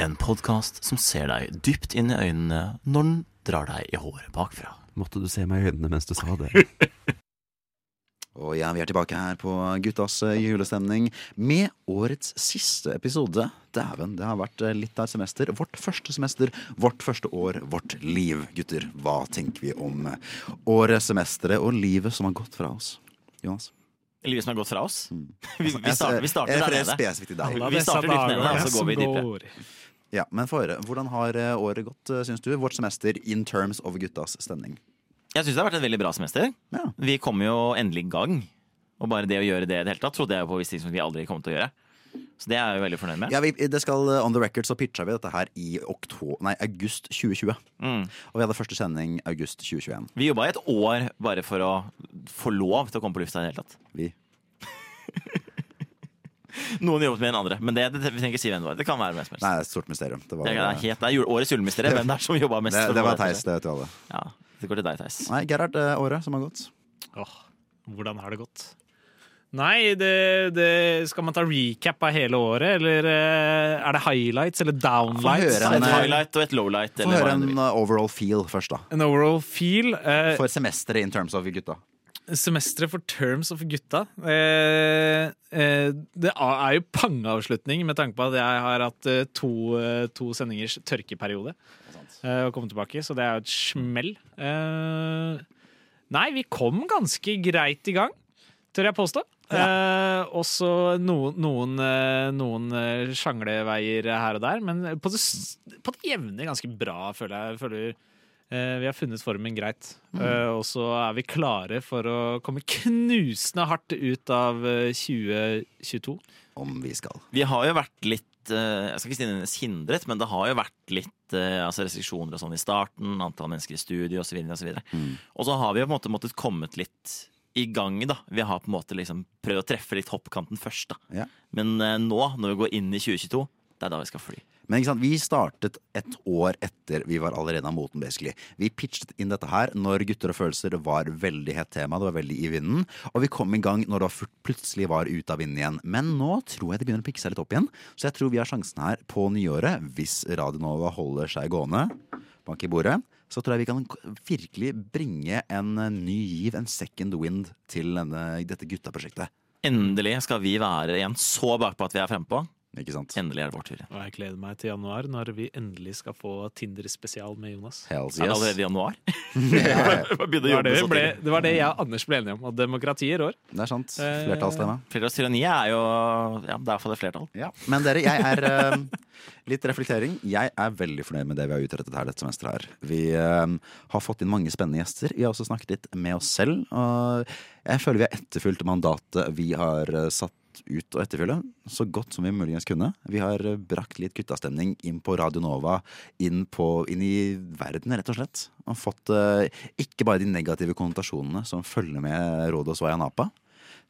S3: En podkast som ser deg dypt inn i øynene når den drar deg i håret bakfra.
S4: Måtte du se meg i øynene mens du sa det?
S1: Og ja, vi er tilbake her på guttas eh, julestemning med årets siste episode. Dæven, det har vært eh, litt av et semester. Vårt første semester, vårt første år, vårt liv. Gutter, hva tenker vi om eh, året, semesteret og livet som har gått fra oss? Jonas?
S3: Livet som har gått fra oss.
S1: Mm.
S3: Vi, vi
S1: Jeg-
S3: starter, vi starter
S1: jeg
S3: der
S1: refererer
S3: nede.
S1: spesifikt til deg.
S3: Vi starter dypt nede, og så går vi dypere.
S1: Ja, men få høre, hvordan har eh, året gått, eh, syns du? Vårt semester in terms of guttas stemning.
S3: Jeg syns det har vært et veldig bra semester.
S1: Ja.
S3: Vi kom jo endelig i gang. Og bare det å gjøre det i det hele tatt, trodde jeg på visse ting som vi aldri kom til å gjøre. Så det er jeg jo veldig fornøyd med.
S1: Ja, vi, det skal, eh, on the record så pitcha vi dette her i okto- nei, august 2020.
S3: Mm.
S1: Og vi hadde første sending august 2021.
S3: Vi jobba i et år bare for å få lov til å komme på lufta i det hele tatt.
S1: Vi
S3: Noen jobbet mer enn andre, men det, det, vi trenger ikke si hvem det var. Det kan være hvem som helst.
S1: Nei, det er et stort mysterium. Det var,
S3: Det er, det er, helt, det er jul, årets julemysterium. Hvem det er som jobba mest?
S1: det,
S3: for å
S1: det
S3: få
S1: var
S3: til.
S1: Theis, det vet jo alle.
S3: Ja, det går til deg, Theis.
S1: Nei, Gerhard, eh, året som har gått.
S2: Åh, hvordan har det gått? Nei, det, det Skal man ta recap av hele året, eller eh, er det highlights eller downlights?
S1: høre en,
S3: Et
S1: eh,
S3: highlight og et lowlight.
S1: Få
S3: Eller hva
S1: høre
S3: enn
S1: en
S3: du vil.
S1: eh, overall feel først, da.
S2: En overall feel. Eh,
S1: For semesteret in terms of gutta.
S2: semesteret for terms of gutta. Eh, eh, det er jo pangeavslutning med tanke på at jeg har hatt eh, to, eh, to sendingers tørkeperiode. eh, å komme tilbake, så det er jo et smell. Eh, nei, vi kom ganske greit i gang, tør jeg påstå. Eh, også noen, noen, eh, noen eh, sjangleveier her og der, men på det, s- på det jevne ganske bra, føler jeg. Føler, eh, vi har funnet formen greit.
S3: Mm.
S2: Eh, og så er vi klare for å komme knusende hardt ut av eh, 2022.
S1: Om vi skal.
S3: Vi har jo vært litt eh, Jeg skal ikke si nødvendigvis hindret, men det har jo vært litt eh, altså restriksjoner og sånn i starten. Antall mennesker i studio osv. Og, så videre.
S1: Mm.
S3: og så har vi jo på en måte måttet kommet litt i gang, da. Vi har på en måte liksom prøvd å treffe litt hoppkanten først, da.
S1: Ja.
S3: Men eh, nå, når vi går inn i 2022, det er da vi skal fly.
S1: Men ikke sant, vi startet et år etter vi var allerede av moten, basically. Vi pitchet inn dette her når gutter og følelser var veldig hett tema, det var veldig i vinden. Og vi kom i gang når det var furt- plutselig var ute av vinden igjen. Men nå tror jeg det begynner å pikke seg litt opp igjen, så jeg tror vi har sjansen her på nyåret, hvis Radio Nova holder seg gående, bank i bordet, så tror jeg vi kan k- virkelig bringe en eh, ny giv, en second wind, til denne, dette guttaprosjektet.
S3: Endelig skal vi være igjen så bakpå at vi er frempå.
S1: Ikke sant?
S3: Endelig er det vår tur igjen.
S2: Og jeg gleder meg til januar, når vi endelig skal få Tinder-spesial med Jonas.
S1: Hells
S3: Er det
S1: yes.
S3: allerede i januar?
S2: Det var det, vi ble,
S3: Flertallsstemme.
S2: det var det jeg og Anders ble enige om, at demokratiet rår.
S1: Det er sant.
S2: Eh,
S1: Flertallsstemme.
S3: Flertallstyranni er jo Ja, det er i hvert fall et flertall.
S1: Ja, Men dere, jeg er eh, litt reflektering. Jeg er veldig fornøyd med det vi har utrettet her dette semesteret. her. Vi eh, har fått inn mange spennende gjester. Vi har også snakket litt med oss selv. Og jeg føler vi har etterfulgt mandatet vi har eh, satt ut å etterfylle, så godt som vi muligens kunne. Vi har eh, brakt litt guttastemning inn på Radio Nova, inn, på, inn i verden, rett og slett. Og fått eh, ikke bare de negative konnotasjonene som følger med Rådet og Swayanapa.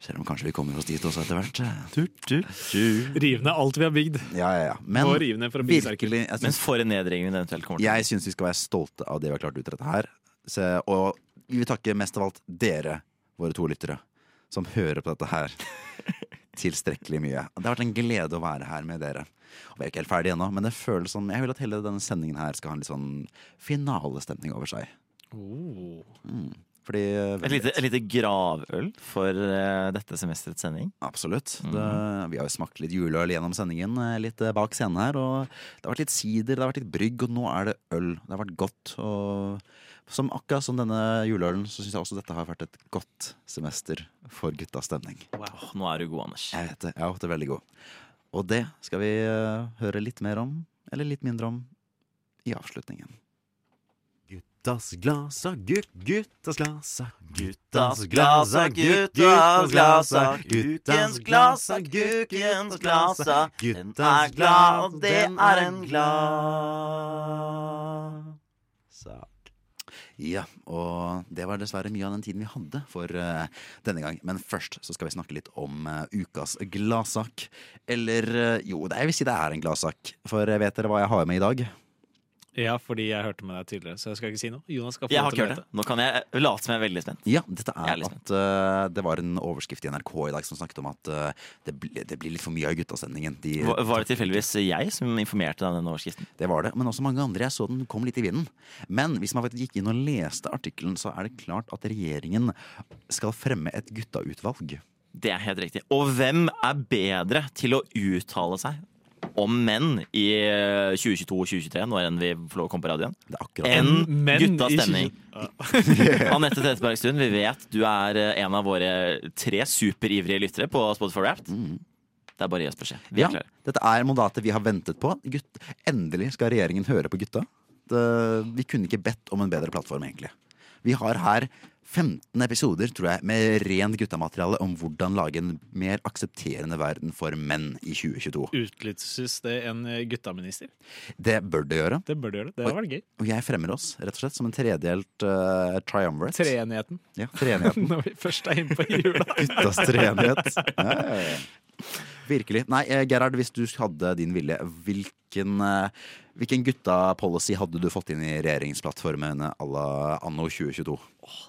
S1: Selv om kanskje vi kommer oss dit også etter hvert.
S2: Riv ned alt vi har bygd.
S1: Ja, ja, ja. Men
S2: Og rive ned for å bygge seg
S1: virkelig, jeg
S3: Men
S1: syns,
S3: for en nedringning det eventuelt kommer til.
S1: jeg syns vi skal være stolte av det vi har klart å utrette her. Så, og vi vil takke mest av alt dere, våre to lyttere, som hører på dette her tilstrekkelig mye. Det har vært en glede å være her med dere. Og vi er ikke helt ferdige ennå, men det føles som, jeg vil at hele denne sendingen her skal ha en litt sånn finalestemning over seg.
S2: Oh.
S1: Mm. Fordi eh,
S3: Et lite, et lite gravøl for eh, dette semesterets sending.
S1: Absolutt. Det, vi har jo smakt litt juleøl gjennom sendingen, eh, litt eh, bak scenen her. Og det har vært litt sider, det har vært litt brygg, og nå er det øl. Det har vært godt. Og som akkurat som denne juleølen, så syns jeg også dette har vært et godt semester for guttas stemning.
S3: Åh, nå er du god, Anders.
S1: Jeg vet det. Jeg har hatt det veldig god. Og det skal vi eh, høre litt mer om, eller litt mindre om, i avslutningen.
S4: Guttas glasa, gutt, guttas glasa,
S3: Guttas glasa, guttas glasa, ukens glasa, ukens glasa. Den er glad, og det er en glad
S1: sak. Ja, og det var dessverre mye av den tiden vi hadde for eh, denne gang. Men først så skal vi snakke litt om eh, ukas gladsak. Eller eh, jo, det, jeg vil si det er en gladsak. For jeg vet dere hva jeg har med i dag?
S2: Ja, fordi jeg hørte med deg tidligere, så jeg skal ikke si noe. Jonas skal få
S3: Jeg har
S2: lov til
S3: ikke
S2: å
S3: hørt det.
S2: vite.
S3: Nå kan jeg late som jeg er veldig spent.
S1: Ja, dette
S3: Jeg
S1: er
S3: er litt
S1: at eh, det var en overskrift i NRK i dag som snakket om at eh, det, blir- det blir litt for mye av guttastemningen. De,
S3: Var var det tilfeldigvis jeg som informerte deg om denne overskriften?
S1: Det var det, men også mange andre. Jeg så den kom litt i vinden. Men hvis man faktisk gikk inn og leste artikkelen, så er det klart at regjeringen skal fremme et guttautvalg.
S3: Det er helt riktig. Og hvem er bedre til å uttale seg om menn i eh, 2022-2023, når enn vi får lov å komme på radioen,
S1: Det er akkurat det.
S3: enn
S2: Men
S3: gutta
S2: i-
S3: stemning? Anette Trettebergstuen, vi vet du er eh, en av våre tre superivrige lyttere på Spotify Wrapped. Det er bare å gi oss beskjed. Vi
S1: Ja,
S3: er klare.
S1: dette er mandatet vi har ventet på. Gutt, endelig skal regjeringen høre på gutta. Det, vi kunne ikke bedt om en bedre plattform, egentlig. Vi har her 15 episoder tror jeg, med rent guttamateriale om hvordan lage en mer aksepterende verden for menn i 2022.
S2: Utlyses det en guttaminister?
S1: Det bør det gjøre.
S2: Det bør det gjøre. Det hadde vært gøy.
S1: Og jeg fremmer oss rett og slett som en tredelt eh, triumvirate.
S2: Treenigheten,
S1: Ja, treenigheten.
S2: når vi først er inne på jula.
S1: Guttas treenighet. Ja, ja, ja. Virkelig. Nei, eh, Gerhard, hvis du hadde din vilje, hvilken, eh, hvilken gutta-policy hadde du fått inn i regjeringsplattformen à la anno 2022?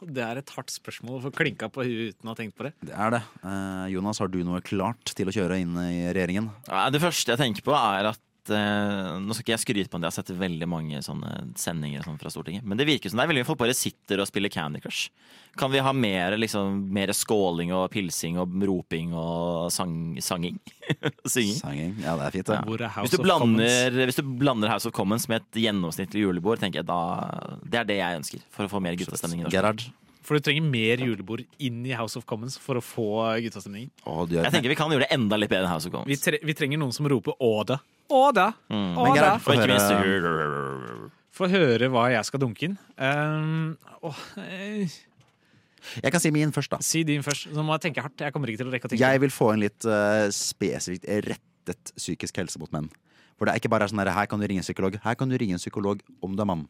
S2: Det er et hardt spørsmål å få klinka på huet uten å ha tenkt på det.
S1: Det er det. Eh, Jonas, har du noe klart til å kjøre inn i regjeringen?
S3: Nei, Det første jeg tenker på, er at sett eh, Nå skal ikke jeg skryte på at jeg har sett veldig mange sånne sendinger og sånn fra Stortinget, men det virker som det er veldig mye folk bare sitter og spiller Candy Crush. Kan vi ha mer, liksom, mer skåling og pilsing og roping og sang, sanging? Synging?
S1: Sanging. Ja, det er fint, det.
S2: Hvor er House
S3: Hvis du,
S2: of
S3: blander, hvis du blander House of Commons med et gjennomsnittlig julebord, tenker jeg da Det er det jeg ønsker for å få mer guttestemning. i norsk.
S1: Gerhard.
S2: Commons? For du trenger mer julebord inn i House of Commons for å få guttastemningen.
S1: Å, du er
S3: Jeg tenker vi kan gjøre det enda litt bedre enn House of
S2: Vi,
S3: Commons.
S2: tre vi trenger noen som roper 'Åda'. Åda!
S1: Men
S2: Åda!
S1: Gerhard,
S3: Og
S1: få
S3: ikke minst
S1: høre
S2: Få høre hva jeg skal dunke inn. Ehm, åh, eh,
S1: Jeg kan si min først, da.
S2: si din først. Så må jeg tenke hardt. Jeg kommer ikke til å rekke å tenke.
S1: Jeg vil få en litt eh, spesifikt rettet psykisk helse mot menn. For det er ikke bare sånn der, her kan du ringe en psykolog, her kan du ringe en psykolog om du er mann.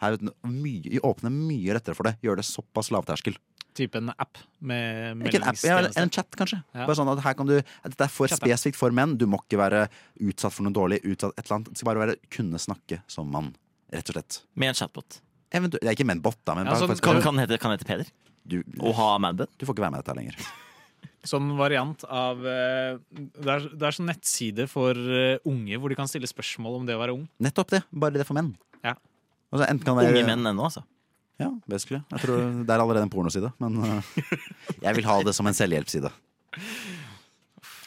S1: Her vet du, mye, åpne mye lettere for det. Gjør det såpass lavterskel.
S2: Type en app med
S1: Ikke en app, ja, eller
S2: meldingstjeneste.
S1: en chat, kanskje.
S2: Ja.
S1: Bare sånn at her kan du, Dette er for
S2: Chat, ja.
S1: spesifikt for menn. Du må ikke være utsatt for noe dårlig. utsatt et eller annet. Det skal bare være kunne snakke som mann. Rett og slett.
S3: Med en chatbot.
S1: Eventuelt, det er ikke menn bot, da, men
S2: Ja,
S1: bare
S2: sånn-
S1: faktisk-
S3: Kan, kan, hete, kan hete Peder.
S1: du,
S3: Og ha Madbun.
S1: du får ikke være med i dette her lenger.
S2: Sånn variant av eh, Det er, det er sånn nettside for eh, unge hvor de kan stille spørsmål om det å være ung.
S1: Nettopp det. Bare det for menn.
S2: Ja.
S1: Altså, enten kan det være-
S3: Unge menn ennå, altså.
S1: Ja, basically. Jeg tror det er allerede en pornoside, men eh, jeg vil ha det som en selvhjelpsside.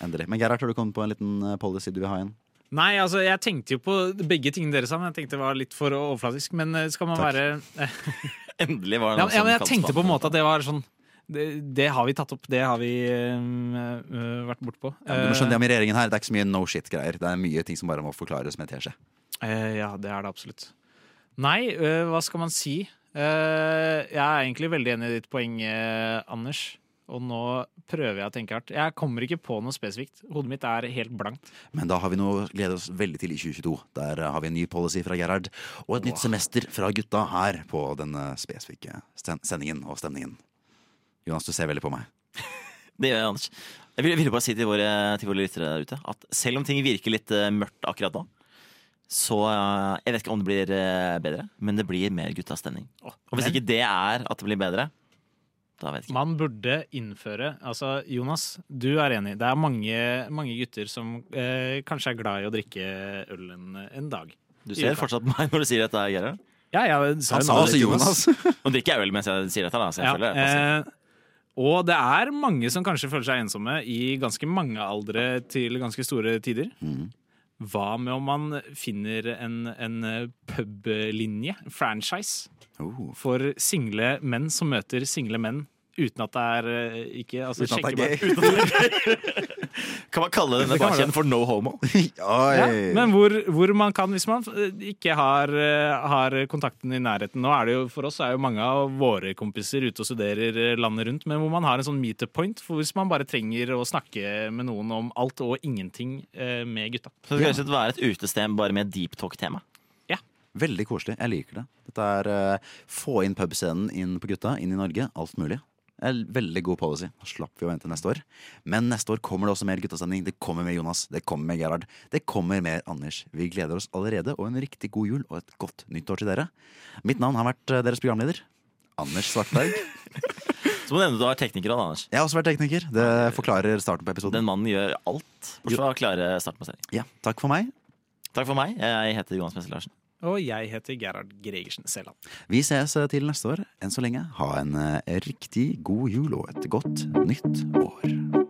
S1: Endelig. Men Gerhard, har du kommet på en liten eh, policy du vil ha igjen?
S2: Nei, altså, jeg tenkte jo på begge tingene dere sa, men jeg tenkte det var litt for overflatisk. Men eh, skal man
S1: Takk.
S2: være
S3: Endelig var det
S2: ja,
S3: noen
S2: ja, men jeg
S3: som
S2: tenkte
S3: kalte
S2: på en
S3: meg.
S2: måte at det var sånn det, det har vi tatt opp, det har vi um, uh, vært bortpå.
S1: Du må skjønne det med regjeringen her, det er ikke så mye no shit-greier. Det er mye ting som bare må forklares med en teskje.
S2: Eh, ja, det er det absolutt. Nei, eh, hva skal man si? Eh, jeg er egentlig veldig enig i ditt poeng, eh, Anders. Og nå prøver jeg å tenke hardt. Jeg kommer ikke på noe spesifikt. Hodet mitt er helt blankt.
S1: Men da har vi noe å glede oss veldig til i 2022. Der eh, har vi en ny policy fra Gerhard, og et nytt semester fra gutta her på denne spesifikke sten- sendingen og stemningen. Jonas, du ser veldig på meg.
S3: Det gjør jeg, Anders. Jeg ville, ville bare si til våre, til våre lyttere der ute at selv om ting virker litt eh, mørkt akkurat nå, så eh, Jeg vet ikke om det blir eh, bedre, men det blir mer guttas stemning. Og hvis
S2: Men-
S3: ikke det er at det blir bedre, da vet jeg ikke.
S2: Man burde innføre Altså, Jonas, du er enig. Det er mange, mange gutter som eh, kanskje er glad i å drikke øl en, en dag.
S3: Du ser fortsatt på meg når du sier dette, Gerhard.
S2: Ja, jeg sa jo
S1: Han sa
S2: navnet
S1: også
S2: ditt,
S1: Jonas.
S3: Nå drikker jeg øl mens jeg sier dette, da, så jeg
S2: Ja,
S3: føler det passer.
S2: eh, og det er mange som kanskje føler seg ensomme i ganske mange aldre til ganske store tider.
S1: Mm.
S2: Hva med om man finner en, en publinje, en franchise,
S1: Oh.
S2: for single menn som møter single menn uten at det er eh, ikke altså,
S1: Uten at det er
S2: sjekke-
S1: gøy.
S3: Kan man kalle denne barkjeden for no homo?
S1: Oi.
S2: Ja, men hvor, hvor man kan, hvis man eh, ikke har, eh, har kontakten i nærheten Nå er det jo, For oss er jo mange av våre kompiser ute og studerer eh, landet rundt, men hvor man har en sånn meet-up point for hvis man bare trenger å snakke med noen om alt og ingenting eh, med gutta.
S3: Så det skal rett og slett være et utested bare med deep talk-tema.
S1: Veldig koselig. Jeg liker det. Dette er eh, Få inn pubscenen inn på gutta, inn i Norge. Alt mulig. En veldig god policy. Da slapp vi å vente neste år. Men neste år kommer det også mer guttastemning. Det kommer mer Jonas. Det kommer mer Gerhard. Det kommer mer Anders. Vi gleder oss allerede, og en riktig god jul og et godt nytt år til dere. Mitt navn har vært eh, deres programleder. Anders Svartberg.
S3: Så må du nevne at du har tekniker, da, Anders.
S1: Jeg har også vært tekniker. Det forklarer starten på episoden.
S3: Den mannen gjør alt, bortsett fra å klare starten på serien.
S1: Ja, takk for meg.
S3: Takk for meg. Jeg heter Johan Smessel Larsen.
S2: Og jeg heter Gerhard Gregersen Seland.
S1: Vi ses eh, til neste år. Enn så lenge, ha en eh, riktig god jul og et godt nytt år.